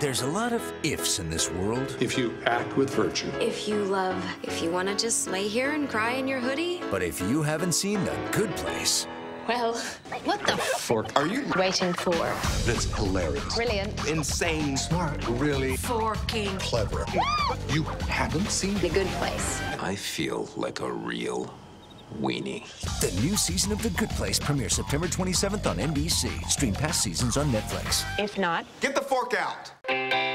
There's a lot of ifs in this world, If you act with virtue, If you love, if you want to just lay here and cry in your hoodie, but if you haven't seen The Good Place, Well, what the f Fork. Are you? waiting for? That's hilarious. Brilliant. Insane. Smart. Really. Forking. Clever. You haven't seen The good place. I feel like a real weenie. the new season of The Good Place premieres September 27th on NBC. Stream past seasons on Netflix. If not, Get the fork out.